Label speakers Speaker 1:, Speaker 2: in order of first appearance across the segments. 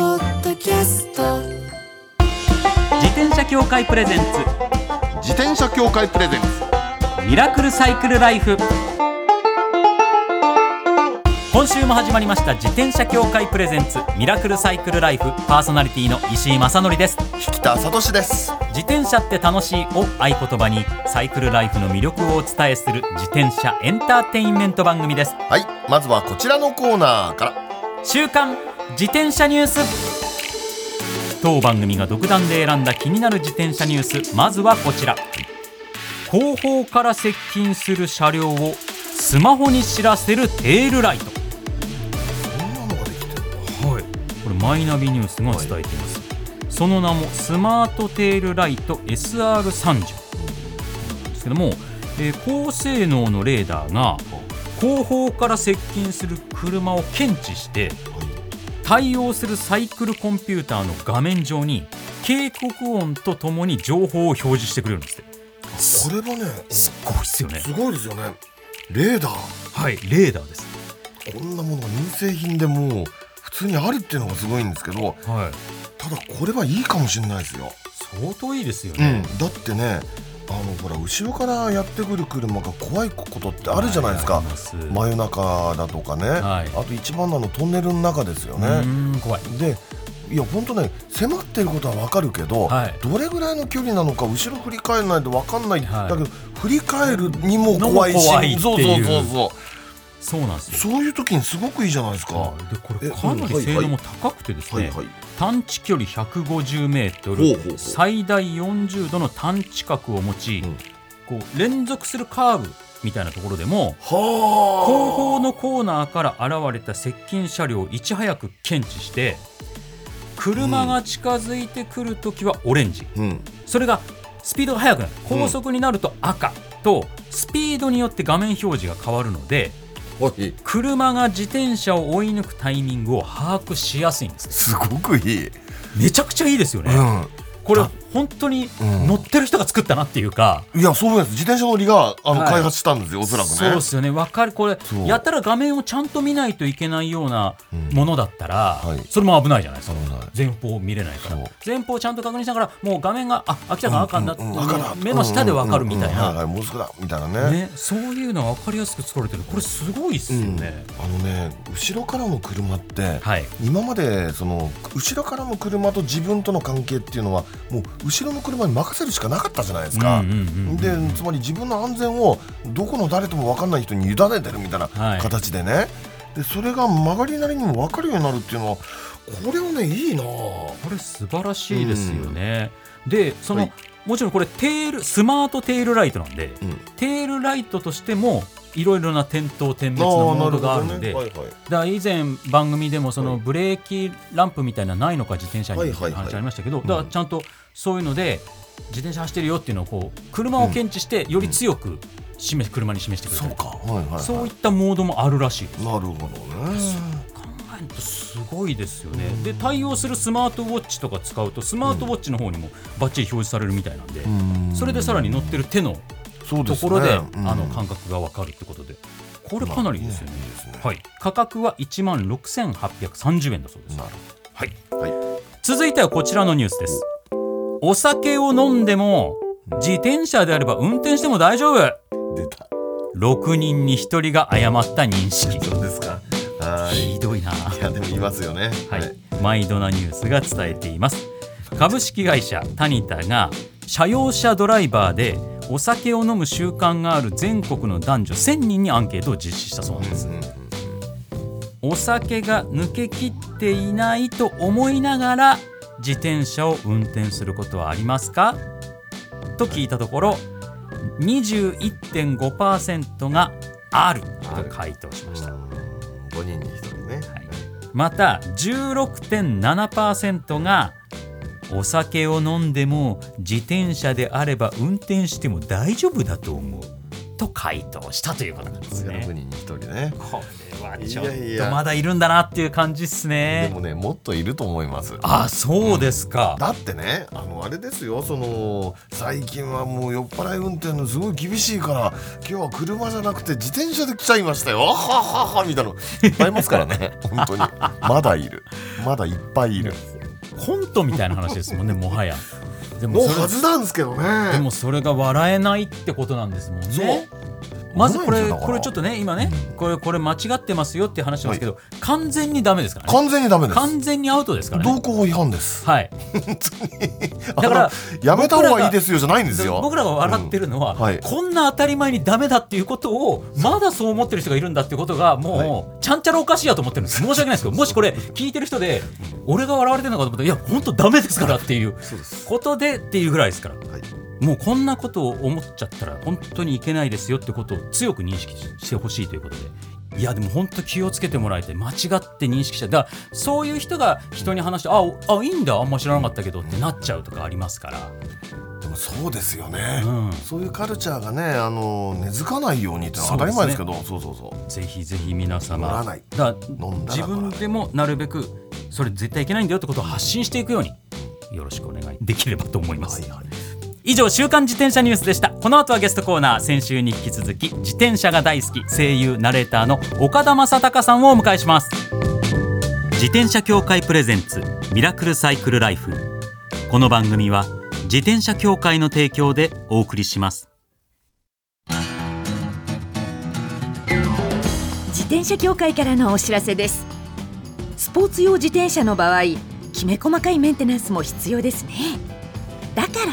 Speaker 1: キャスト
Speaker 2: 自転車協会プレゼン
Speaker 3: 自転車協会プレゼンツ
Speaker 2: ツミラクルサイクルライフ今週も始まりました自転車協会プレゼンツミラクルサイクルライフパーソナリティの石井正則です
Speaker 3: 引田聡です
Speaker 2: 自転車って楽しいを合言葉にサイクルライフの魅力をお伝えする自転車エンターテインメント番組です
Speaker 3: はいまずはこちらのコーナーから
Speaker 2: 週刊自転車ニュース当番組が独断で選んだ気になる自転車ニュースまずはこちら後方から接近する車両をスマホに知らせるテールライトはいこれマイナビニュースが伝えています、その名もスマートテールライト SR30 なんですけども、えー高性能のレーダーが後方から接近する車を検知して対応するサイクルコンピューターの画面上に警告音とともに情報を表示してくれるんですって
Speaker 3: これもね
Speaker 2: すごいっすよね
Speaker 3: すごいですよねレーダー
Speaker 2: はいレーダーです
Speaker 3: こんなものが民生品でもう普通にあるっていうのがすごいんですけど
Speaker 2: はい
Speaker 3: ただこれはいいかもしれないですよ、
Speaker 2: 相当いいですよ
Speaker 3: う
Speaker 2: ね
Speaker 3: ん、、だってねあのほら後ろからやってくる車が怖いことってあるじゃないです
Speaker 2: は
Speaker 3: か
Speaker 2: あります
Speaker 3: 真夜中だとかね、
Speaker 2: はい
Speaker 3: あと一番なのトンネルの中ですよね、
Speaker 2: うーん怖い
Speaker 3: でいや本当ね迫ってることは分かるけど、
Speaker 2: はい
Speaker 3: どれぐらいの距離なのか後ろ振り返らないと分かんない、
Speaker 2: はい
Speaker 3: だけど振り返るにも怖いし
Speaker 2: のも怖いっていう
Speaker 3: そうそうそうそ
Speaker 2: そうなんです
Speaker 3: う
Speaker 2: よ
Speaker 3: そういう時にすごくいいじゃないですか。
Speaker 2: でこ
Speaker 3: え
Speaker 2: れかなり性能も高くてですね、
Speaker 3: い、
Speaker 2: 探知距離150メート
Speaker 3: ほうほうほ
Speaker 2: ル
Speaker 3: う
Speaker 2: 最大40度の探知角を持ち、
Speaker 3: うん
Speaker 2: こう連続するカーブみたいなところでも後
Speaker 3: は
Speaker 2: 方のコーナーから現れた接近車両をいち早く検知して車が近づいてくるときはオレンジ、
Speaker 3: あ、うん、
Speaker 2: それがスピードが速くなる高速になると赤とスピードによって画面表示が変わるので
Speaker 3: はい
Speaker 2: 車が自転車を追い抜くタイミングを把握しやすいんです
Speaker 3: すごくいい、
Speaker 2: めちゃくちゃいいですよね、
Speaker 3: う
Speaker 2: これ本当に
Speaker 3: うん
Speaker 2: 乗ってる人が作ったなっていうか、
Speaker 3: ん、いやそうです自転車乗りがあの、
Speaker 2: はい
Speaker 3: 開発したんですよおそらくね
Speaker 2: そうですよねわかるこれ
Speaker 3: そう
Speaker 2: やったら画面をちゃんと見ないといけないような
Speaker 3: うん
Speaker 2: ものだったら、
Speaker 3: はい
Speaker 2: それも危ないじゃないですか
Speaker 3: 危ない
Speaker 2: 前方見れないから
Speaker 3: そう
Speaker 2: 前方ちゃんと確認しながらもう画面があ明らかに赤になって、
Speaker 3: うんうん赤だ
Speaker 2: 目の下でわかるみたい
Speaker 3: うんうんうん
Speaker 2: な、
Speaker 3: はいはいもうすぐだみたいなね
Speaker 2: ね、そういうのが分かりやすく作られてるこれすごいっす
Speaker 3: う
Speaker 2: よ
Speaker 3: ん
Speaker 2: ね、
Speaker 3: あのね後ろからの車って、
Speaker 2: はい
Speaker 3: 今までその後ろからの車と自分との関係っていうのはもう後ろの車に任せるしかなかったじゃないですか、
Speaker 2: うんうんうんうん
Speaker 3: でつまり自分の安全をどこの誰とも分かんない人に委ねてるみたいな
Speaker 2: はい
Speaker 3: 形でね、でそれが曲がりなりにも分かるようになるっていうのはこれはねいいなぁ
Speaker 2: これ素晴らしいですよね、でその、
Speaker 3: はい
Speaker 2: もちろんこれテールスマートテールライトなんで、
Speaker 3: うん
Speaker 2: テールライトとしてもいろいろな点灯点滅のモ
Speaker 3: あ
Speaker 2: ー
Speaker 3: ーなる
Speaker 2: ド
Speaker 3: ほ
Speaker 2: があ
Speaker 3: ど
Speaker 2: るので、
Speaker 3: ねはいはい
Speaker 2: だから以前番組でもそ
Speaker 3: は
Speaker 2: の
Speaker 3: い
Speaker 2: ブレーキランプみたいなのないのか自転車に
Speaker 3: はい
Speaker 2: みた
Speaker 3: はいい
Speaker 2: な
Speaker 3: はい
Speaker 2: 話ありましたけど、
Speaker 3: ん
Speaker 2: だからちゃんとそういうので自転車走ってるよっていうのをこう車を検知してより強く示、車に示してくれ
Speaker 3: そ
Speaker 2: た
Speaker 3: う
Speaker 2: り
Speaker 3: か、はいはいはい、
Speaker 2: そういったモードもあるらしいです
Speaker 3: なるほどね
Speaker 2: 考えるとすごいですよね、で対応するスマートウォッチとか使うとスマートウォッチの方にもバッチリ表示されるみたいなんで、
Speaker 3: うん
Speaker 2: それでさらに乗ってる手の
Speaker 3: そう
Speaker 2: と
Speaker 3: です
Speaker 2: こ
Speaker 3: ね
Speaker 2: ろで
Speaker 3: うん
Speaker 2: あの感覚が分かるってことでこれかなりいいですよね,、
Speaker 3: まあいいですね
Speaker 2: はい、価格は1万6830円だそうです、
Speaker 3: なる
Speaker 2: はい、
Speaker 3: ほどはい
Speaker 2: 続いてはこちらのニュースですお酒を飲んでも自転車であれば運転しても大丈夫
Speaker 3: 出た
Speaker 2: 6人に1人が誤った認識
Speaker 3: そうですかはい
Speaker 2: ひどいない
Speaker 3: やでも言いますよね
Speaker 2: はい、毎度なニュースが伝えています株式会社タニタが車用車ドライバーでお酒を飲む習慣がある全国の男女1000人にアンケートを実施したそうなんです
Speaker 3: うんうん
Speaker 2: お酒が抜けきっていないと思いながら自転車を運転することはありますかと聞いたところ21.5%があると回答しました
Speaker 3: 五人に一人ね。
Speaker 2: また16.7%がお酒を飲んでも自転車であれば運転しても大丈夫だと思うと回答したということなんです
Speaker 3: それが六
Speaker 2: ね。
Speaker 3: 人に一人ね。
Speaker 2: これはちょっ
Speaker 3: いやい
Speaker 2: と
Speaker 3: や
Speaker 2: まだいるんだなっていう感じです
Speaker 3: で
Speaker 2: ね
Speaker 3: も。ね、もっといると思います。
Speaker 2: あそうですか。
Speaker 3: だってね、あのあれですよ、その最近はもう酔っ払い運転のすごい厳しいから、今日は車じゃなくて自転車で来ちゃいましたよ。はっ はっはみたいなのいっぱいいますからね。本当にまだいる、まだいっぱいいる。
Speaker 2: コントみたいな話です もんねもはやで
Speaker 3: の
Speaker 2: もそ
Speaker 3: は
Speaker 2: れ
Speaker 3: ずなんですけどね
Speaker 2: でもそれが笑えないってことなんですもんね
Speaker 3: そ
Speaker 2: まずこ
Speaker 3: うまいん
Speaker 2: れ
Speaker 3: ですよだから
Speaker 2: これちょっとね今ねこれこれ間違ってますよっていう話なんですけど、完全にダメですからね
Speaker 3: 完全にダメです
Speaker 2: 完全にアウトですからね
Speaker 3: 同行法違反です
Speaker 2: はい
Speaker 3: だ
Speaker 2: だから
Speaker 3: やめた方がいいですよじゃないんですよ
Speaker 2: 僕らが笑ってるのは、
Speaker 3: うんはい
Speaker 2: こんな当たり前にダメだっていうことをまだそう思ってる人がいるんだっていうことがもうちゃんちゃらおかしいやと思ってるんです 申し訳ないですけどもしこれ聞いてる人で俺が笑われてるのかと思ったらいや本当ダメですからっていう
Speaker 3: そうです
Speaker 2: ことでっていうぐらいですから
Speaker 3: はい
Speaker 2: もうこんなことを思っちゃったら本当にいけないですよってことを強く認識してほしいということでいやでも本当気をつけてもらいたい間違って認識しちゃうだからそういう人が人に話してあおあいいんだあんま知らなかったけどってなっちゃうとかありますから。
Speaker 3: でもそうですよね、
Speaker 2: うん
Speaker 3: そういうカルチャーがねあの根付かないようにってのは当たり前ですけどそう,、そうそう
Speaker 2: ぜひぜひ皆様
Speaker 3: 乗らない
Speaker 2: だ
Speaker 3: 飲んだ
Speaker 2: 自
Speaker 3: ら乗らない
Speaker 2: 分でもなるべくそれ絶対いけないんだよってことを発信していくようによろしくお願いできればと思います、
Speaker 3: はいはい
Speaker 2: 以上週刊自転車ニュースでしたこの後はゲストコーナー先週に引き続き自転車が大好き声優ナレーターの岡田正孝さんをお迎えします自転車協会プレゼンツミラクルサイクルライフこの番組は自転車協会の提供でお送りします
Speaker 1: 自転車協会からのお知らせですスポーツ用自転車の場合きめ細かいメンテナンスも必要ですねだから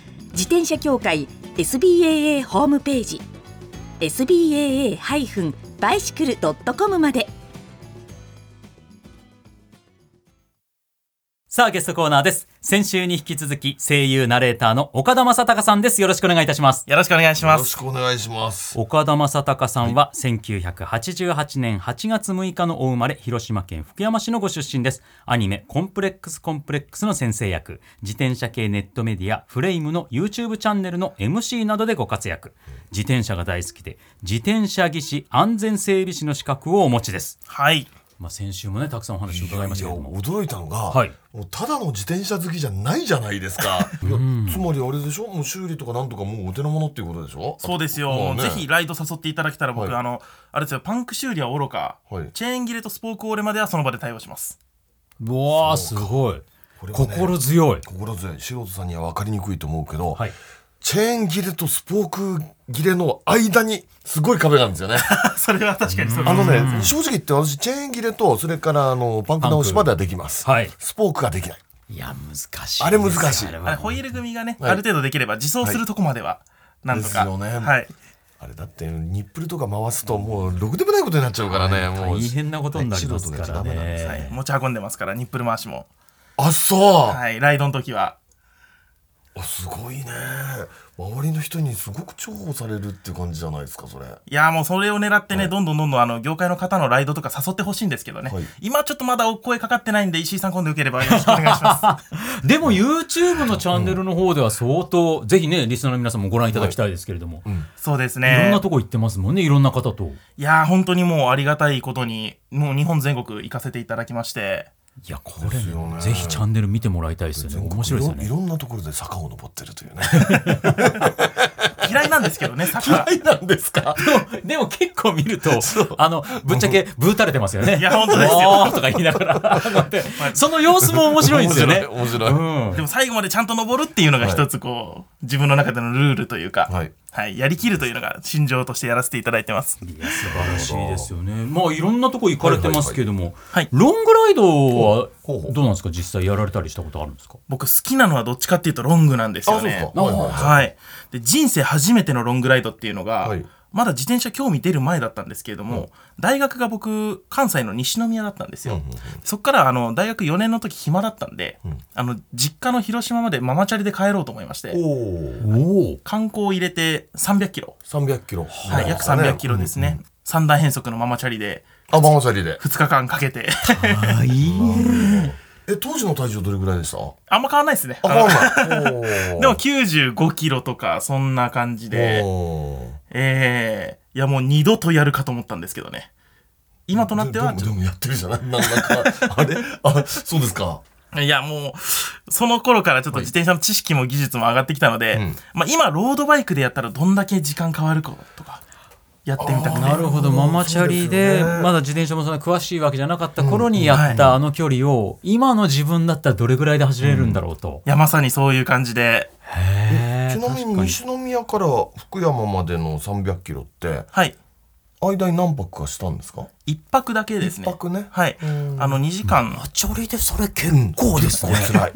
Speaker 1: 自転車協会 SBAA ホームページ SBAA-bicycle.com まで
Speaker 2: さあゲストコーナーです先週に引き続き声優ナレーターの岡田正孝さんですよろしくお願いいたします
Speaker 4: よろしくお願いし
Speaker 3: よ
Speaker 4: ま
Speaker 3: ろ
Speaker 4: す。
Speaker 3: しくお願いします
Speaker 2: 岡田正孝さんは1988年8月6日のお生まれ広島県福山市のご出身ですアニメ「コンプレックスコンプレックス」の先生役自転車系ネットメディア「フレイム」の YouTube チャンネルの MC などでご活躍自転車が大好きで自転車技師安全整備士の資格をお持ちです、
Speaker 4: はい。
Speaker 2: まあ、先週もねたくさんお話を伺いましたけども
Speaker 3: いや驚いたのが、
Speaker 2: はい
Speaker 3: もうただの自転車好きじゃないじゃないですかいやつまりあれでしょもう修理とかなんとかもうお手の物っていうことでしょ
Speaker 4: そうですよ。
Speaker 3: まあね
Speaker 4: ぜひライド誘っていただけたら僕、
Speaker 3: はい
Speaker 4: あの、あれですよ、パンク修理はおろか、
Speaker 3: はい
Speaker 4: チェーン切れとスポーク折れまではその場で対応します。
Speaker 2: うわーすごい
Speaker 3: これはね
Speaker 2: 心強い
Speaker 3: 心強い素人さんには分かりにくいと思うけど、
Speaker 2: はい
Speaker 3: チェーン切れとスポーク切れの間にすごい壁なんですよね
Speaker 4: それは確かにそうです
Speaker 3: あのね正直言って私チェーン切れとそれからあのパンク直しまではできます、
Speaker 2: はい
Speaker 3: スポークができない
Speaker 2: いや難しい
Speaker 3: あれ難しい
Speaker 2: あれ
Speaker 4: あれ、
Speaker 2: は
Speaker 4: ホイール組がね、
Speaker 3: はい
Speaker 4: ある程度できれば、自走するとこまでは、なんとか。
Speaker 3: ですよね
Speaker 4: はい。
Speaker 3: あれだってニップルとか回すともうろくでもないことになっちゃうからね、もう
Speaker 2: 大変なことになりますから
Speaker 3: はい素人がやっちゃダメなんです
Speaker 4: はい
Speaker 2: ね。
Speaker 4: 持ち運んでますから、ニップル回しも。
Speaker 3: あそう、
Speaker 4: はい。ライドの時は。
Speaker 3: あすごいね周りの人にすごく重宝されるって感じじゃないですかそれ
Speaker 4: いやーもうそれを狙ってね、どんどんどんどんあの業界の方のライドとか誘ってほしいんですけどね、
Speaker 3: はい
Speaker 4: 今ちょっとまだお声かかってないんで、石井さん、今度よければよろしくお願い しま
Speaker 2: でも YouTube のチャンネルの方では相当、ぜひね、リスナーの皆さんもご覧いただきたいですけれども、い
Speaker 4: す。そうですね。
Speaker 2: ろんなとこ行ってますもんね、いろんな方と。い
Speaker 4: いやー、本当にもうありがたいことに、もう日本全国行かせていただきまして、
Speaker 2: や、こ
Speaker 3: ですよ
Speaker 2: れ、
Speaker 3: ね
Speaker 2: ぜひチャンネル見てもらいたいですよね。面白いですよ
Speaker 3: い
Speaker 2: ね。
Speaker 3: ろいろんなところで坂を登ってるというね
Speaker 4: 嫌いなんです けどね、坂。い
Speaker 3: なんですか
Speaker 2: でも結構見ると、あの、ぶっちゃけ、ブー垂れてますよね。
Speaker 4: や、本当ですよ。
Speaker 2: わーとか言いながら、なんてその様子も面白いんですよね。
Speaker 3: 面白い面白い、
Speaker 2: うん
Speaker 4: でも最後までちゃんと登るっていうのが一つこう、自分の中でのルールというか、
Speaker 3: はい
Speaker 4: やりきるというのが心情としてやらせていただいてます。
Speaker 2: いや素晴らしいですよね。まあいろんなとこ行かれてますけども、
Speaker 4: はい
Speaker 2: ロングライドは
Speaker 3: ほうほう
Speaker 2: どうなんですか実際やられたりしたことあるんですか
Speaker 4: 僕好きなのはどっちかっていうとロングなんですよ
Speaker 3: あそう
Speaker 4: ね
Speaker 3: ですかはいはいはい
Speaker 4: はいで人生初めてのロングライドっていうのが、
Speaker 3: はい
Speaker 4: まだ自転車興味出る前だったんですけれども、大学が僕関西の西宮だったんですよ、
Speaker 3: うんうんうん
Speaker 4: そっからあの大学4年の時暇だったんで、
Speaker 3: うん
Speaker 4: あの実家の広島までママチャリで帰ろうと思いまして
Speaker 3: おお
Speaker 2: おお
Speaker 4: 観光を入れて300キロ、
Speaker 3: 300キロ
Speaker 4: はい、約300キロですね、三段変速のママチャリで
Speaker 3: あママチャリで
Speaker 4: 2日間かけ て
Speaker 2: あいい
Speaker 3: え当時の体重どれぐらいでしたあ
Speaker 4: あんま変わんないですね
Speaker 3: 変わんないおー
Speaker 4: でも95キロとかそんな感じで
Speaker 3: おー
Speaker 4: ええいやもう二度とやるかと思ったんですけどね。今となっては
Speaker 3: でで、もでもやってるじゃないなんかあれあそうですか
Speaker 4: いやもう、その頃からちょっと自転車の知識も技術も上がってきたので、
Speaker 3: うん
Speaker 4: まあ今ロードバイクでやったらどんだけ時間変わるかとか、やってみたくて。
Speaker 2: なるほどママチャリでまだ自転車もそんな詳しいわけじゃなかった頃にやったあの距離を今の自分だったらどれぐらいで走れるんだろうと、
Speaker 4: いやまさにそういう感じで、
Speaker 2: へえ
Speaker 3: ちなみに西宮から福山までの300キロって
Speaker 4: はい。
Speaker 3: 間に何泊かしたんですか
Speaker 4: 一泊だけですね。
Speaker 3: 一泊ね
Speaker 4: はい。
Speaker 3: うん
Speaker 4: あの2時間。
Speaker 2: チャリでそれ結
Speaker 3: こうですねつらい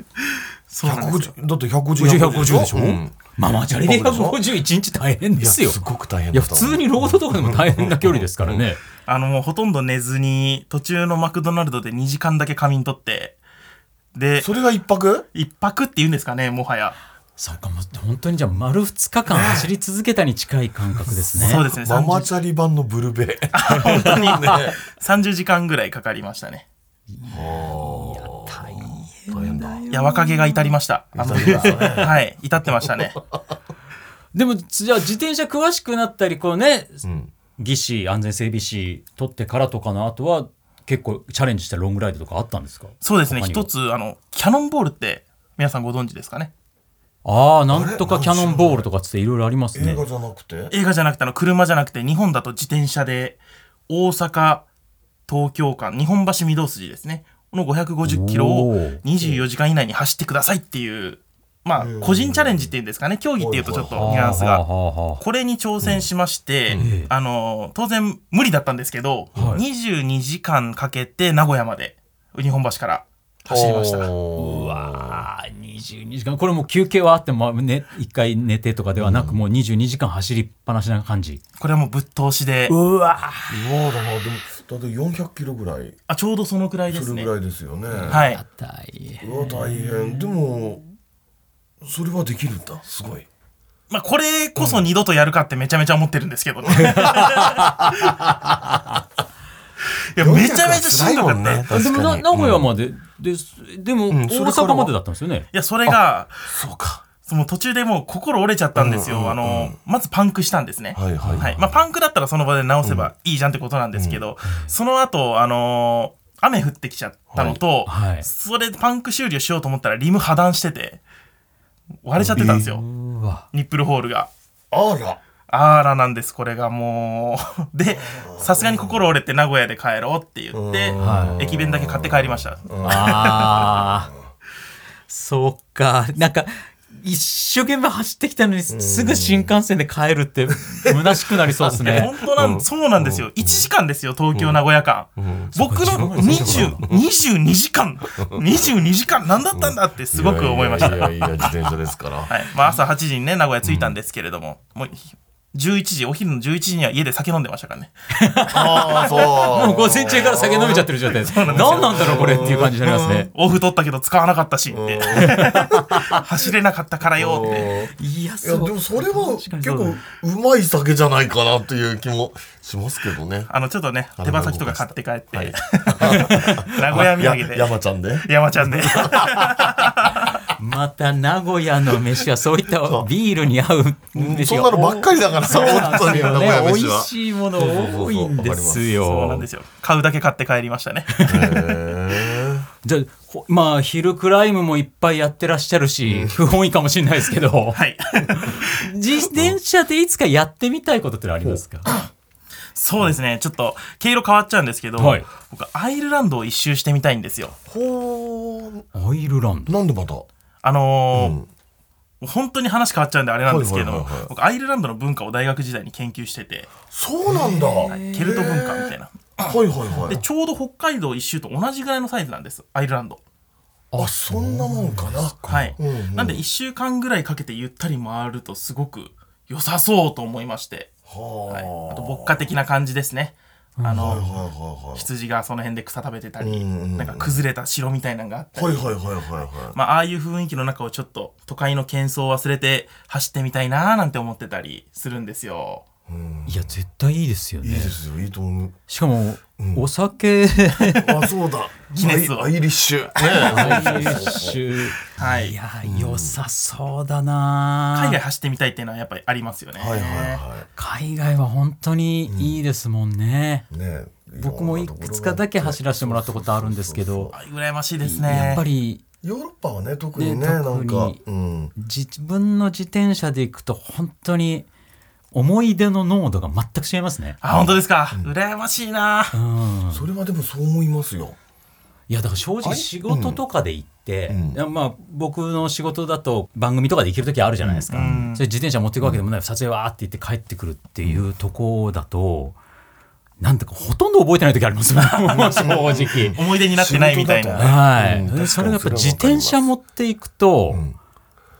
Speaker 4: そうなんですよ。
Speaker 3: 150だって150
Speaker 2: 150でしょ、
Speaker 3: うん
Speaker 2: ママチャリで151日大変ですよ
Speaker 3: いやすごく大変
Speaker 2: いや
Speaker 3: だっ
Speaker 2: 普
Speaker 3: た
Speaker 2: 通にロードとかでも大変な距離ですからね
Speaker 4: あのもうほとんど寝ずに、途中のマクドナルドで2時間だけ仮眠取って、で、
Speaker 3: それが一泊
Speaker 4: 一泊って言うんですかね、もはや。
Speaker 2: そうかもう本当にじゃあ丸2日間走り続けたに近い感覚ですね
Speaker 4: そうですね。
Speaker 3: ママ
Speaker 4: 30
Speaker 3: チャリ版のブルベ
Speaker 4: 本当に30時 間ぐらいかかりましたね。
Speaker 3: 大変だ
Speaker 4: いや、若気が至りました。あのはい、至ってました ね。
Speaker 2: でもじゃあ自転車詳しくなったりこうね
Speaker 3: うん
Speaker 2: 技師安全整備士取ってからとかの後は結構チャレンジしたロングライドとかあったんですか
Speaker 4: そうですね、
Speaker 2: 他には
Speaker 4: 一つ、あの、キャノンボールって、皆さんご存知ですかね
Speaker 2: ああなんとかキャノンボールとかつっていろいろありますね
Speaker 3: 映画じゃなくて
Speaker 4: 映画じゃなくて、あの、車じゃなくて、日本だと自転車で、大阪、東京間、日本橋御堂筋ですね。この550キロ
Speaker 2: お
Speaker 4: を
Speaker 2: ー
Speaker 4: 24時間以内に走ってくださいっていう、まあ、個人チャレンジっていうんですかね、競技っていうとちょっとニュアンス
Speaker 2: はあ
Speaker 4: が
Speaker 2: はあはあ
Speaker 4: これに挑戦しまし
Speaker 2: え
Speaker 4: て、
Speaker 2: え
Speaker 4: あの当然無理だったんですけど、
Speaker 2: はい
Speaker 4: 22時間かけて名古屋まで日本橋から走りました
Speaker 2: う
Speaker 3: う
Speaker 2: わー22時間これもう休憩はあっても、まあね、1回寝てとかではなく、もう22時間走りっぱなしな感じ
Speaker 4: これはもうぶっ通しで
Speaker 2: うわ
Speaker 3: 今だなでもだって400キロぐらい
Speaker 4: あちょうどそのくらいですす
Speaker 3: る
Speaker 4: ね
Speaker 3: ぐらいですよね
Speaker 4: はいいう
Speaker 2: 大変
Speaker 3: うわ大変でもそれはできるんだすごい
Speaker 4: まあ、これこそ二度とやるかってめちゃめちゃ思ってるんですけどねいやめちゃめちゃしんどかった、
Speaker 3: ね
Speaker 2: でもな名古屋まで、ですでも
Speaker 3: ん
Speaker 2: 大
Speaker 3: それから
Speaker 2: 阪までだったんですよね、
Speaker 4: いやそれが
Speaker 3: そうか
Speaker 4: その途中でもう心折れちゃったんですよ、
Speaker 3: うんうんうん
Speaker 4: あのまずパンクしたんですね、
Speaker 3: はいはいはい
Speaker 4: まあ、パンクだったらその場で直せばいいじゃんってことなんですけど、その後、あのー雨降ってきちゃったのと、
Speaker 2: はいはい
Speaker 4: それでパンク修理をしようと思ったらリム破断してて割れちゃってたんですよ、
Speaker 2: うわ
Speaker 4: ニップルホールが。
Speaker 3: あら
Speaker 4: あらなんです、これがもう。 で、さすがに心折れて名古屋で帰ろうって言って
Speaker 3: うん
Speaker 2: は、
Speaker 4: 駅弁だけ買って帰りました。
Speaker 2: あー そうかなんか一生懸命走ってきたのにすぐ新幹線で帰るって虚しくなりそうです
Speaker 4: いや
Speaker 2: ね
Speaker 4: 本当なん、そうなんですよ。1時間ですよ、東京名古屋間。僕の20 22時間、22時間なんだったんだってすごく思いました。
Speaker 3: いやいやいや自転車ですから
Speaker 4: はい。まあ朝8時にね、名古屋着いたんですけれども、もう11時、お昼の11時には家で酒飲んでましたからね。
Speaker 3: ああそう
Speaker 2: もう午前中から酒飲めちゃってる状態です何なんだろうこれっていう感じになりますね
Speaker 4: オフ取ったけど使わなかったしって。 走れなかったからよって。
Speaker 2: いや
Speaker 3: いやでもそれは結構うまい酒じゃないかなっていう気もしますけどね
Speaker 4: あの、ちょっとね、手羽先とか買って帰って、
Speaker 3: はい
Speaker 4: 名古屋土産
Speaker 3: や
Speaker 4: で、
Speaker 3: 山ちゃんで
Speaker 4: 山ちゃんで。
Speaker 2: また名古屋の飯はそういったビールに合う
Speaker 3: うんん
Speaker 2: です
Speaker 3: そん
Speaker 2: よ
Speaker 3: なのばっかりだからさ本
Speaker 2: そ
Speaker 3: 当
Speaker 2: う
Speaker 3: に
Speaker 2: なん
Speaker 3: 名
Speaker 2: ですよね
Speaker 3: 古屋飯
Speaker 2: 美味
Speaker 3: は
Speaker 2: しいもの多いんですよ
Speaker 4: そうなんですよ。買うだけ買って帰りましたね。
Speaker 3: へ
Speaker 2: じゃあほまあヒルクライムもいっぱいやってらっしゃるし不本意かもしれないですけど
Speaker 4: はい。
Speaker 2: 自転車でいつかやってみたいことってのありますか
Speaker 4: そうですね、ちょっと、毛色変わっちゃうんですけど、
Speaker 2: はい
Speaker 4: 僕、アイルランドを一周してみたいんですよ。
Speaker 3: ーほう
Speaker 2: アイルランド
Speaker 3: なんでまた
Speaker 4: あのー本当に話変わっちゃうんであれなんですけれど
Speaker 3: は
Speaker 4: も、
Speaker 3: いはいはいはい
Speaker 4: 僕アイルランドの文化を大学時代に研究してて
Speaker 3: そうなんだ
Speaker 4: ケルト文化みたいな
Speaker 3: はいはいは
Speaker 4: で
Speaker 3: い
Speaker 4: ちょうど北海道一周と同じぐらいのサイズなんですアイルランド
Speaker 3: あそんなもんかな
Speaker 4: はい、
Speaker 3: うんうん
Speaker 4: なんで1週間ぐらいかけてゆったり回るとすごく良さそうと思いまして、はい、
Speaker 3: は
Speaker 4: あと牧歌的な感じですねあ
Speaker 3: あはいはい
Speaker 4: の
Speaker 3: はいはい
Speaker 4: 羊がその辺で草食べてたり
Speaker 3: うんうん
Speaker 4: なんか崩れた城みたいなのがあったり、
Speaker 3: はいはいはいはいはい
Speaker 4: まあ、ああいう雰囲気の中をちょっと都会の喧騒を忘れて走ってみたいなーなんて思ってたりするんですよ
Speaker 2: いや絶対いいですよ
Speaker 3: いい
Speaker 2: ね
Speaker 3: ですよいいと思う
Speaker 2: しかも、お酒
Speaker 3: あそうだ
Speaker 4: ギネスを
Speaker 3: アイアイリッシュ
Speaker 4: はい
Speaker 2: いや良さそうだな
Speaker 4: 海外走ってみたいっていうのはやっぱりありますよね、
Speaker 3: はいはいは
Speaker 2: 海外は本当にいいですもんね、
Speaker 3: いね
Speaker 2: 僕もいくつかだけ走らせてもらったことあるんですけど
Speaker 4: あ羨ましいですね
Speaker 2: やっぱり
Speaker 3: ヨーロッパはね特にね
Speaker 2: ね
Speaker 3: なんか
Speaker 2: 特に
Speaker 3: うん
Speaker 2: 自分の自転車で行くと本当に思い出の濃度が全く違いますね。
Speaker 4: あ本当ですか、羨ましいなー
Speaker 2: うん、
Speaker 3: それはでもそう思いますよ
Speaker 2: いやだから正直仕事とかで行って、
Speaker 3: うん
Speaker 2: いやまあ僕の仕事だと番組とかで行ける時あるじゃないですか、
Speaker 4: うん
Speaker 2: それ自転車持っていくわけでもない、撮影わーって行って帰ってくるっていうとこだと、なんだかほとんど覚えてない時あり ますね正直。
Speaker 4: 思い出になってないみたい
Speaker 3: 仕事だと
Speaker 4: な
Speaker 3: ね
Speaker 2: はい、
Speaker 3: うん確かに
Speaker 2: それがやっぱ
Speaker 3: それはわかります
Speaker 2: 自転車持っていくと、
Speaker 3: ん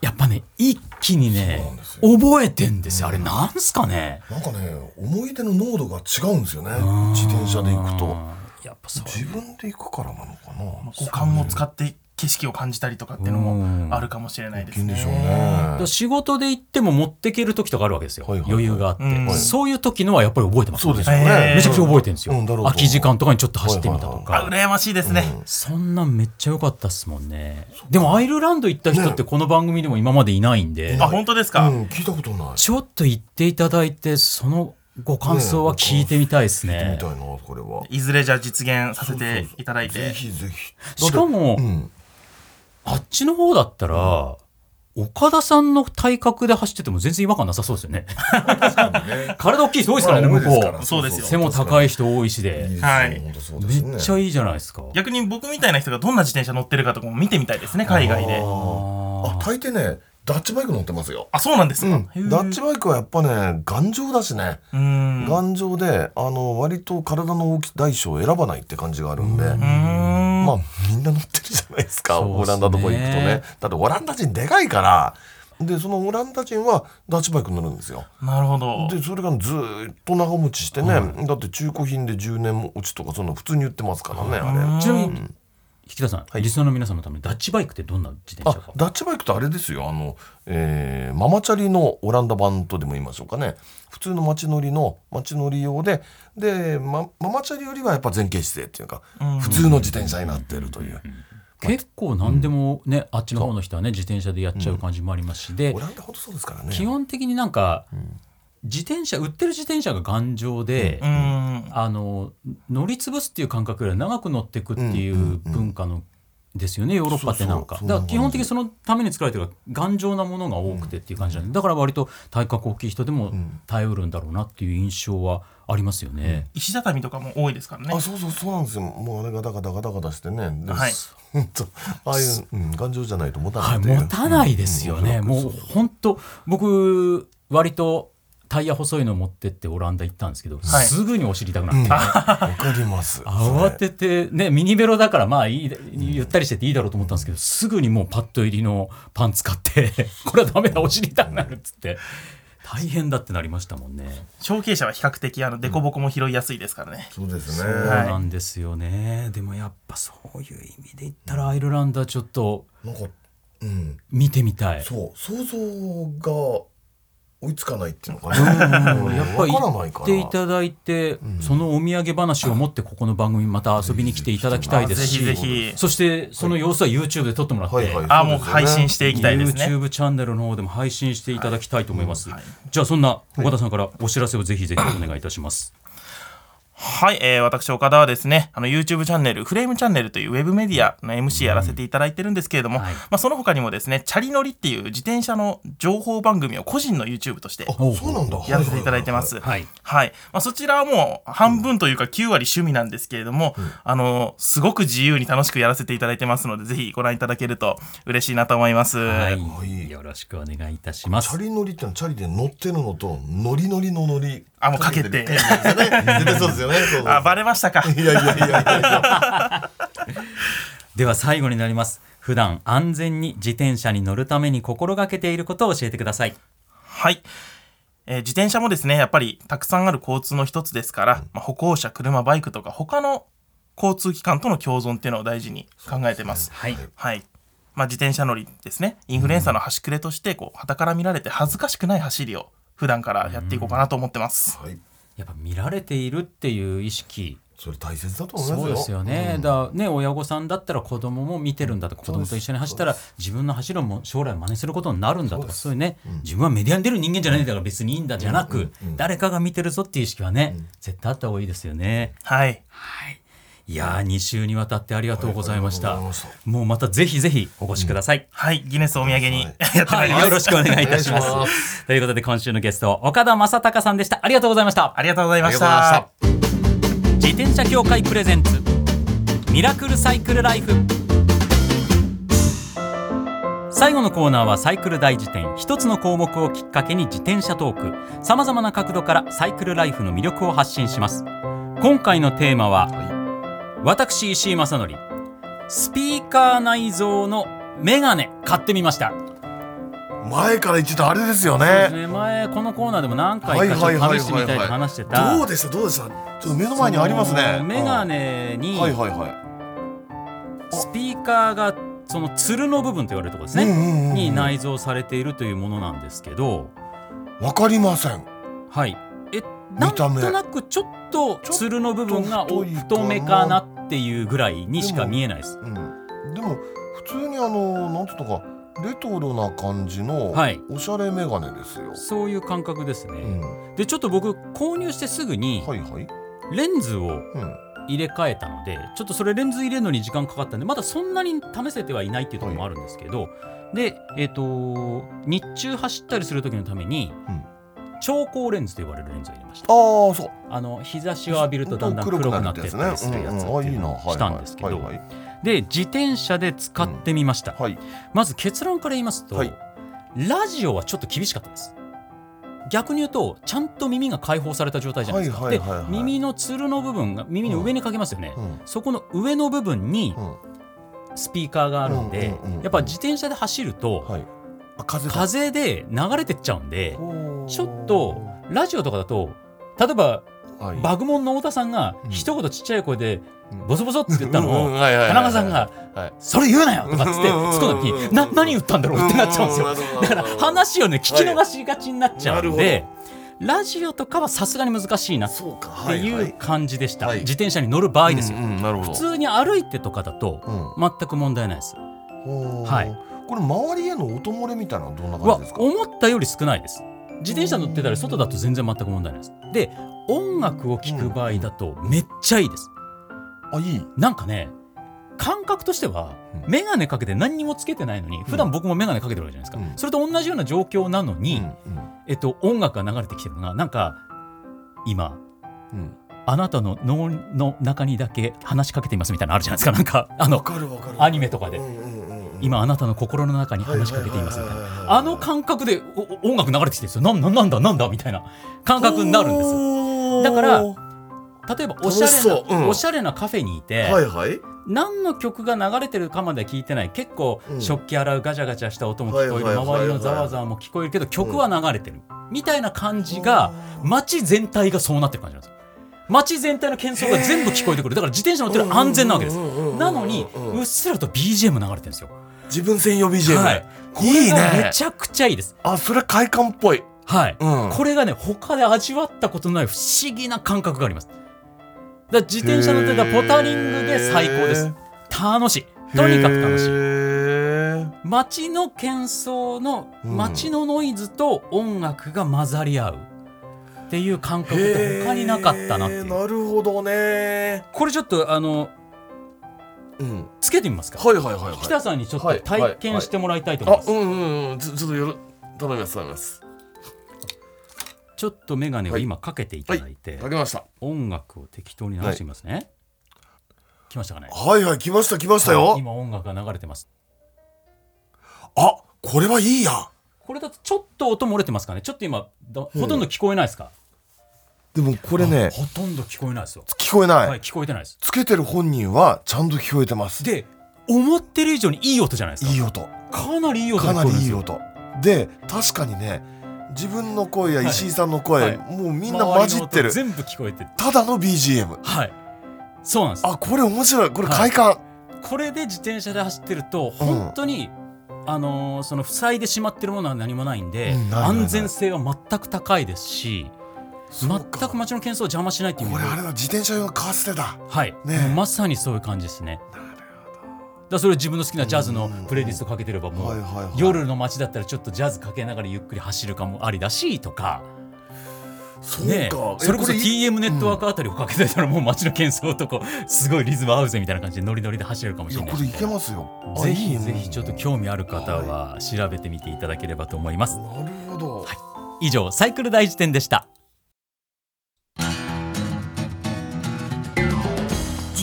Speaker 2: やっぱね一気にね
Speaker 3: そうなんです
Speaker 2: 覚えてんですよあれなんすかね
Speaker 3: なんかね思い出の濃度が違うんですよね自転車で行くと
Speaker 2: やっぱそう
Speaker 3: 自分で行くからなのかな
Speaker 4: 五感を使って景色を感じたりとかっていうの
Speaker 2: うん
Speaker 4: もあるかもしれないです
Speaker 3: いいんでしょう
Speaker 4: ね。
Speaker 3: ね
Speaker 2: 仕事で行っても持っていける時とかあるわけですよ、
Speaker 3: はいはいはい
Speaker 2: 余裕があって、
Speaker 4: うん
Speaker 2: そういう時のはやっぱり覚えてます
Speaker 3: そうですよ
Speaker 4: え
Speaker 3: ね
Speaker 4: ー
Speaker 2: めちゃくちゃ覚えてるんですよ、
Speaker 3: うんだろうと
Speaker 2: 空き時間とかにちょっと走ってみたとか、
Speaker 4: あ羨ましいですね。
Speaker 2: そんなんめっちゃ良かったっすもんねでもアイルランド行った人ってこの番組でも今までいないんで、
Speaker 4: あ本当ですか。
Speaker 3: うん聞いたことない
Speaker 2: ちょっと行っていただいてそのご感想は聞いてみたいです
Speaker 3: 聞い
Speaker 2: ね
Speaker 3: てみたいなこれはい
Speaker 4: ずれじゃあ実現させていただい
Speaker 3: ぜ
Speaker 4: て。
Speaker 3: ひぜひ
Speaker 2: しかも、
Speaker 3: うん
Speaker 2: あっちの方だったら、岡田さんの体格で走ってても全然違和感なさそうですよね 体大きい人多いですからね
Speaker 3: まあ
Speaker 2: 向こ
Speaker 3: 多いですから
Speaker 2: う
Speaker 4: そうですよ
Speaker 2: 背も高い人多いしで
Speaker 4: は
Speaker 3: い
Speaker 4: い
Speaker 3: いですよ本当そうですね
Speaker 2: めっちゃいいじゃないですか。
Speaker 4: 逆に僕みたいな人がどんな自転車乗ってるかとかも見てみたいですね海外で。
Speaker 3: あ大抵ねダッチバイク乗ってますよ
Speaker 4: あそうなんですか。へー
Speaker 3: ダッチバイクはやっぱね頑丈だしね
Speaker 4: うん。う
Speaker 3: 頑丈であの割と体の大き大小を選ばないって感じがあるんで
Speaker 4: ーん
Speaker 3: まあみんな乗ってるじゃないですか
Speaker 2: そうっすね
Speaker 3: オランダとこ行くとねだってオランダ人でかいからでそのオランダ人はダッチバイク乗るんですよ
Speaker 4: なるほど。
Speaker 3: でそれがずーっと長持ちしてね、だって中古品で10年も落ちとかそんな普通に売ってますからね、あれ
Speaker 2: ちなみに、引田さん、リスナーの皆さんのためにダッチバイクってどんな自転車
Speaker 3: あ
Speaker 2: か
Speaker 3: ダッチバイクとあれですよあの、えーママチャリのオランダ版とでも言いましょうかね普通の街乗りの街乗り用でで、まママチャリよりはやっぱ前傾姿勢っていうか、普通の自転車になってるという、
Speaker 2: 結構何でもね、あっちの方の人はね自転車でやっちゃう感じもありますしで、
Speaker 3: オランダほどそうですからね
Speaker 2: 基本的になんか、自転車売ってる自転車が頑丈で、
Speaker 4: うん。
Speaker 2: あの乗り潰すっていう感覚よりは長く乗っていくっていう文化のですよね、ヨーロッパってなんか
Speaker 3: そうそう
Speaker 2: だから基本的にそのために作られてるから頑丈なものが多くてっていう感じなんでだから割と体格大きい人でも耐えうるんだろうなっていう印象はありますよね。
Speaker 4: 石畳とかも多いですからね
Speaker 3: あ。そうそうそうなんですよもうあれがダカダカダカダしてねで
Speaker 4: はい
Speaker 3: ほんとああいう、うん、頑丈じゃないと持たな
Speaker 2: はいい、
Speaker 3: っていう
Speaker 2: 持たないですよね、
Speaker 3: うん
Speaker 2: もう本当僕割とタイヤ細いの持ってってオランダ行ったんですけど、
Speaker 4: はい
Speaker 2: すぐにお尻痛くなって、
Speaker 3: わかります。
Speaker 2: 慌ててねミニベロだからまあいいゆったりしてていいだろうと思ったんですけどすぐにもうパッド入りのパン使って これはダメだお尻痛くなるっつって大変だってなりましたもんね
Speaker 4: 小径車は比較的あの凸凹も拾いやすいですからね。
Speaker 3: そうです
Speaker 2: そう
Speaker 3: ね。
Speaker 2: なんですよねでもやっぱそういう意味で言ったらアイルランドはちょっと
Speaker 3: なんか、うん、
Speaker 2: 見てみたい
Speaker 3: そう、想像が追いつかないっていうのかな。うん
Speaker 2: やっぱり
Speaker 3: わからない
Speaker 2: 行
Speaker 3: から。
Speaker 2: っていただいて、そのお土産話を持ってここの番組にまた遊びに来ていただきたいですし
Speaker 4: ぜひぜひ
Speaker 2: そしてその様子は YouTube で撮ってもらって、
Speaker 3: はいはい
Speaker 4: あもう配信していきたいですね。
Speaker 2: YouTube チャンネルの方でも配信していただきたいと思います、
Speaker 4: はい
Speaker 2: じゃあそんな岡田さんからお知らせをぜひぜひお願いいたします、
Speaker 4: はい、えー、私、岡田はですね、あの、YouTube チャンネル、フレームチャンネルというウェブメディアの MC やらせていただいてるんですけれども、
Speaker 2: はい
Speaker 4: まあ、その他にもですね、チャリ乗りっていう自転車の情報番組を個人の YouTube として
Speaker 3: あ、そうなんだ。
Speaker 4: やらせていただいてま
Speaker 2: は
Speaker 4: す。
Speaker 2: いはい
Speaker 4: はい。まあ、そちらはもう半分というか9割趣味なんですけれども、あの、すごく自由に楽しくやらせていただいてますので、ぜひご覧いただけると嬉しいなと思います。
Speaker 2: はいよろしくお願いいたしま
Speaker 3: チャ
Speaker 2: す
Speaker 3: リ乗りってのはチャリで乗ってるのとノリノリの乗り
Speaker 4: あもうかけて
Speaker 3: かけるですよね絶 対そうですよね。そうそうそう
Speaker 4: あバレましたか
Speaker 3: いやいやいやいやいや。
Speaker 2: では最後になります普段安全に自転車に乗るために心がけていることを教えてください
Speaker 4: はい、えー自転車もですねやっぱりたくさんある交通の一つですから、まあ、歩行者車バイクとか他の交通機関との共存っていうのを大事に考えてます
Speaker 2: はい
Speaker 4: はい。まあ、自転車乗りですね。インフルエンサーの端くれとして、こう、傍から見られて恥ずかしくない走りを普段からやっていこうかなと思ってます。
Speaker 3: はい。
Speaker 2: やっぱ見られているっていう意識
Speaker 3: それ大切だと思いますよ。
Speaker 2: そうですよね、だね親御さんだったら子供も見てるんだとか子供と一緒に走ったら自分の走るも将来真似することになるんだとかそういうね、自分はメディアに出る人間じゃないんだから別にいいんだじゃなく、誰かが見てるぞっていう意識はね、絶対あった方がいいですよね。
Speaker 4: はい。
Speaker 2: はい、いやー2週にわたってありがとうございました,、
Speaker 3: はいありがとうございま
Speaker 2: もうまたぜひぜひお越しください、
Speaker 4: はい。ギネスお土産にやってまいりました
Speaker 2: はい、よろしくお願いいたしま
Speaker 3: お願いします
Speaker 2: ということで今週のゲスト岡田正孝さんでしたありがとうございました
Speaker 4: ありがとうござい
Speaker 3: あ
Speaker 4: ま
Speaker 3: り
Speaker 4: し
Speaker 3: がとうございましたた。。
Speaker 2: 自転車協会プレゼンツミラクルサイクルライフ最後のコーナーはサイクル大辞典一つの項目をきっかけに自転車トークさまざまな角度からサイクルライフの魅力を発信します今回のテーマは、私石井正則スピーカー内蔵のメガネ買ってみました
Speaker 3: 前から言ってたあれですよ
Speaker 2: そうです
Speaker 3: ね。
Speaker 2: ね前このコーナーでも何回かちょっと試してみたいと話してた
Speaker 3: どうでしたどうでした。ちょっと目の前にありますね
Speaker 2: そ。のメガネに、
Speaker 3: うん。はいはいはい。
Speaker 2: スピーカーがそのつるの部分と言われるところですね、
Speaker 3: うんうんうんうん
Speaker 2: に内蔵されているというものなんですけど
Speaker 3: わかりません。
Speaker 2: はいえな
Speaker 3: 見
Speaker 2: ん
Speaker 3: た
Speaker 2: と
Speaker 3: 目
Speaker 2: なくちょっとつるの部分が
Speaker 3: ちょ
Speaker 2: お
Speaker 3: っと太いかな
Speaker 2: 太めかなっていうぐらいにしか見えないです
Speaker 3: うん。でも普通にあのなんつうのかレトロな感じの
Speaker 2: はい
Speaker 3: おしゃれメガネですよ。
Speaker 2: そういう感覚ですね、
Speaker 3: うん。
Speaker 2: でちょっと僕購入してすぐに
Speaker 3: はいはい。
Speaker 2: レンズを
Speaker 3: うん。
Speaker 2: 入れ替えたのでちょっとそれレンズ入れるのに時間かかったんでまだそんなに試せてはいないっていうところもあるんですけど、でえっ、と日中走ったりする時のために、
Speaker 3: うん
Speaker 2: 超光レンズと呼ばれるレンズを入れました
Speaker 3: ああそう。
Speaker 2: あの日差しを浴びるとだんだん黒くなってったりするやつっていうのをしたんですけど
Speaker 3: はい
Speaker 2: で自転車で使ってみました、
Speaker 3: はい。
Speaker 2: まず結論から言いますと、
Speaker 3: はい
Speaker 2: ラジオはちょっと厳しかったです逆に言うとちゃんと耳が解放された状態じゃないですか、
Speaker 3: はいはいはいはい
Speaker 2: で耳のつるの部分が耳の上にかけますよね、
Speaker 3: うん
Speaker 2: そこの上の部分に
Speaker 3: うん
Speaker 2: スピーカーがあるんで、
Speaker 3: うんうんうんうん
Speaker 2: やっぱ自転車で走ると、
Speaker 3: はい。あ風だ
Speaker 2: 風で流れてっちゃうんで
Speaker 3: おー
Speaker 2: ちょっとラジオとかだと例えば
Speaker 3: はい
Speaker 2: バグモンの太田さんが
Speaker 3: うん
Speaker 2: 一言ちっちゃい声で
Speaker 3: うん
Speaker 2: ボソボソって言ったの
Speaker 3: うん
Speaker 2: を
Speaker 3: はいはいはい
Speaker 2: 田中さんが
Speaker 3: はい
Speaker 2: 「それ言うなよ!」とかっつって
Speaker 3: うんうんうん
Speaker 2: 突っ込んだ時に「な何言ったんだろう?」ってなっちゃうんですよ
Speaker 3: よ
Speaker 2: だから話をね聞き逃しがちになっちゃうん
Speaker 3: はいな
Speaker 2: でラジオとかはさすがに難しいなっ
Speaker 3: そうか
Speaker 2: ていう感じでした
Speaker 3: はい
Speaker 2: 自転車に乗る場合ですよ
Speaker 3: なるほど。
Speaker 2: 普通に歩いてとかだと
Speaker 3: うん
Speaker 2: 全く問題ないです
Speaker 3: おー
Speaker 2: はい。
Speaker 3: これ周りへの音漏れみたいなのはどんな
Speaker 2: うわ
Speaker 3: 感じですか。
Speaker 2: 思ったより少ないです自転車乗ってたら外だと全然全く問題ないですで音楽を聴く場合だとめっちゃいいです
Speaker 3: あいい。
Speaker 2: なんかね感覚としては
Speaker 3: うん
Speaker 2: 眼鏡かけて何にもつけてないのに普段僕も眼鏡かけてるわけじゃないですか、
Speaker 3: うん
Speaker 2: それと同じような状況なのに、
Speaker 3: うん
Speaker 2: えっと、音楽が流れてきてるのがなんか今
Speaker 3: うんうん。
Speaker 2: あなたの脳の中にだけ話しかけていますみたいなのあるじゃないですかなんかあの
Speaker 3: かるわか
Speaker 2: アニメとかで
Speaker 3: うんうんうんうん
Speaker 2: 今あなたの心の中に話しかけていますみたい
Speaker 3: はいはいはいはい
Speaker 2: な
Speaker 3: はい
Speaker 2: あの感覚でおお音楽流れてきてるんですよなんなんなんだなんだみたいな感覚になるんですよ
Speaker 3: おー
Speaker 2: だから例えばおしゃ
Speaker 3: 楽し
Speaker 2: れ
Speaker 3: そ
Speaker 2: な
Speaker 3: う、うん
Speaker 2: おしゃれなカフェにいて、
Speaker 3: はいはい。
Speaker 2: 何の曲が流れてるかまでは聞いてない結構
Speaker 3: うん
Speaker 2: 食器洗うガチャガチャした音も聞こえる
Speaker 3: はいはいはいはい
Speaker 2: 周りのざわざわも聞こえるけど曲は流れてるみたいな感じが街全体がそうなってる感じなんですよ街全体の喧騒が全部聞こえてくるだから自転車乗ってる安全なわけです
Speaker 3: うんうんうんうん
Speaker 2: なのに
Speaker 3: うん
Speaker 2: うっすらと BGM 流れてるんですよ
Speaker 3: 自分専用 BGM。
Speaker 2: はいこ
Speaker 3: い
Speaker 2: れ
Speaker 3: い
Speaker 2: が
Speaker 3: ね
Speaker 2: め。ちゃくちゃいいです
Speaker 3: あそれ快感っぽい。
Speaker 2: はい
Speaker 3: うん
Speaker 2: これがね他で味わったことのない不思議な感覚がありますだから自転車乗ってたらポタリングで最高です楽しいとにかく楽しい
Speaker 3: しい。
Speaker 2: 街の喧騒の
Speaker 3: うん
Speaker 2: 街のノイズと音楽が混ざり合うっていう感覚って他になかったなってい
Speaker 3: へー
Speaker 2: う
Speaker 3: なるほどね。
Speaker 2: これちょっとあの
Speaker 3: うん。
Speaker 2: つけてみますか
Speaker 3: はいはいはいはい。
Speaker 2: 北さんにちょっと体験してもらいたいと思い
Speaker 3: あ
Speaker 2: ま、す
Speaker 3: うんうんうん。ちょちょっとよろ頼みます頼みます。
Speaker 2: ちょっと眼鏡を今かけていただいて
Speaker 3: かけました。
Speaker 2: 音楽を適当に流してみますね来ましたかね
Speaker 3: はいはい来ました来ましたよ。
Speaker 2: 今音楽が流れてます
Speaker 3: あこれはいいや。
Speaker 2: これだとちょっと音漏れてますかねちょっと今だほとんど聞こえないですか
Speaker 3: でもこれね
Speaker 2: ほとんど聞こえないですよ。
Speaker 3: 聞こえない、
Speaker 2: はい、聞こえてないです。
Speaker 3: つけてる本人はちゃんと聞こえてます
Speaker 2: で、思ってる以上にいい音じゃないですか。
Speaker 3: いい音
Speaker 2: かなりいい音
Speaker 3: か
Speaker 2: が聞こえる
Speaker 3: な
Speaker 2: んで
Speaker 3: りい
Speaker 2: す
Speaker 3: い
Speaker 2: よ。
Speaker 3: 音で確かにね自分の声や
Speaker 2: はい
Speaker 3: 石井さんの声、
Speaker 2: はい
Speaker 3: もうみんな混じってる
Speaker 2: 周りの音全部聞こえてる。
Speaker 3: ただの BGM
Speaker 2: はい。そうなんです。
Speaker 3: あこれ面白いこれ快感、
Speaker 2: これで自転車で走ってると本当に、あのーその塞いでしまってるものは何もないんで、
Speaker 3: うんないないない
Speaker 2: 安全性は全く高いですし
Speaker 3: そう
Speaker 2: 全
Speaker 3: か
Speaker 2: く街の喧騒を邪魔しないっていう意
Speaker 3: これ
Speaker 2: 味で
Speaker 3: あれだ自転車用のカーステだ
Speaker 2: はい、
Speaker 3: ね
Speaker 2: もうまさにそういう感じですね。だからそれを自分の好きなジャズのプレイリストかけてればも
Speaker 3: はいうはいはい
Speaker 2: 夜の街だったらちょっとジャズかけながらゆっくり走るかもありだしとか、
Speaker 3: そうか、
Speaker 2: ね、それこそ
Speaker 3: えいい
Speaker 2: TM ネットワークあたりをかけてたらもう街の喧騒とこうすごいリズム合うぜみたいな感じでノリノリで走れるかも
Speaker 3: い
Speaker 2: し
Speaker 3: や
Speaker 2: れない
Speaker 3: これいけますよあ
Speaker 2: ぜ
Speaker 3: いい
Speaker 2: ひ
Speaker 3: ね
Speaker 2: ぜひちょっと興味ある方は調べてみていただければと思います。
Speaker 3: なるほど、
Speaker 2: 以上サイクル大辞典でした。
Speaker 1: 自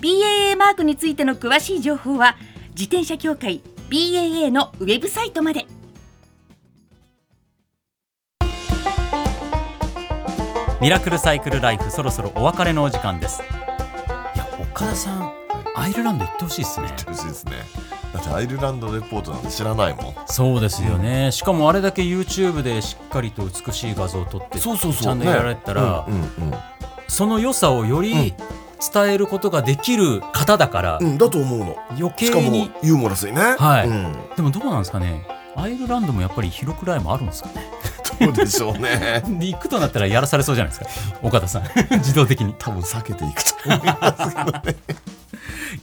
Speaker 1: BAA マークについての詳しい情報は自転車協会 BAA のウェブサイトまで
Speaker 2: ミラクルサイクルライフそろそろお別れのお時間です。いや岡田さんアイルランド行ってほしいですね。
Speaker 3: 楽しいですねだってアイルランドレポートなんて知らないもん
Speaker 2: そうですよね。しかもあれだけ YouTube でしっかりと美しい画像を撮ってチャンネルやられてたら、
Speaker 3: ねうんうんうん
Speaker 2: その良さをよ
Speaker 3: う
Speaker 2: り
Speaker 3: ん
Speaker 2: 伝えることができる方だから、
Speaker 3: うん、だと思うの
Speaker 2: 余計
Speaker 3: しかも
Speaker 2: に
Speaker 3: ユーモラスにね
Speaker 2: はい
Speaker 3: うん、
Speaker 2: でもどうなんですかね。アイルランドもやっぱり広くらいもあるんですかね。
Speaker 3: どうでしょうね
Speaker 2: で行くとなったらやらされそうじゃないですか岡田さん 自動的に
Speaker 3: 多分避けていくと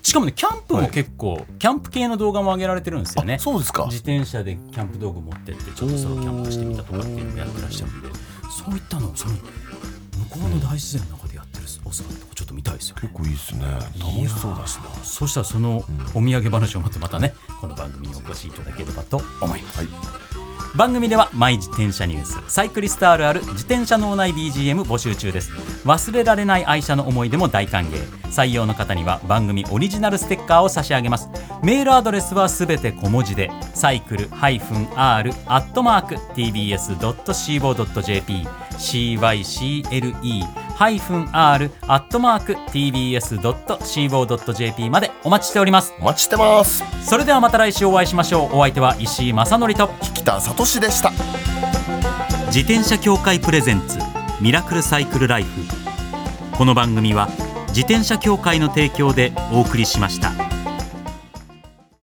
Speaker 2: しかもねキャンプ
Speaker 3: は
Speaker 2: も
Speaker 3: い
Speaker 2: 思う結構、キャンプ系の動画も上げられてるんですよね
Speaker 3: あそうですか
Speaker 2: 自転車でキャンプ道具持ってってちょっとそれをキャンプしてみたとかっていうのをやってらっしゃるんでそういったのをその向こうの大自然の中でやってるお姿とかちょっと見たいですよね
Speaker 3: 結構いいですね楽しそうだしな
Speaker 2: そしたらそのお土産話をまたまたねこの番組にお越しいただければと思います、番組ではマイ自転車ニュースサイクリストあるある自転車脳内 BGM 募集中です忘れられない愛車の思い出も大歓迎採用の方には番組オリジナルステッカーを差し上げますメールアドレスはすべて小文字でサイクル -r-tbs.co.jp cycle-r-tbs.co.jp までお待ちしております
Speaker 3: お待ちしてます
Speaker 2: それではまた来週お会いしましょうお相手は石井正則と
Speaker 3: 北里志でした
Speaker 2: 自転車協会プレゼンツミラクルサイクルライフこの番組は自転車協会の提供でお送りしました。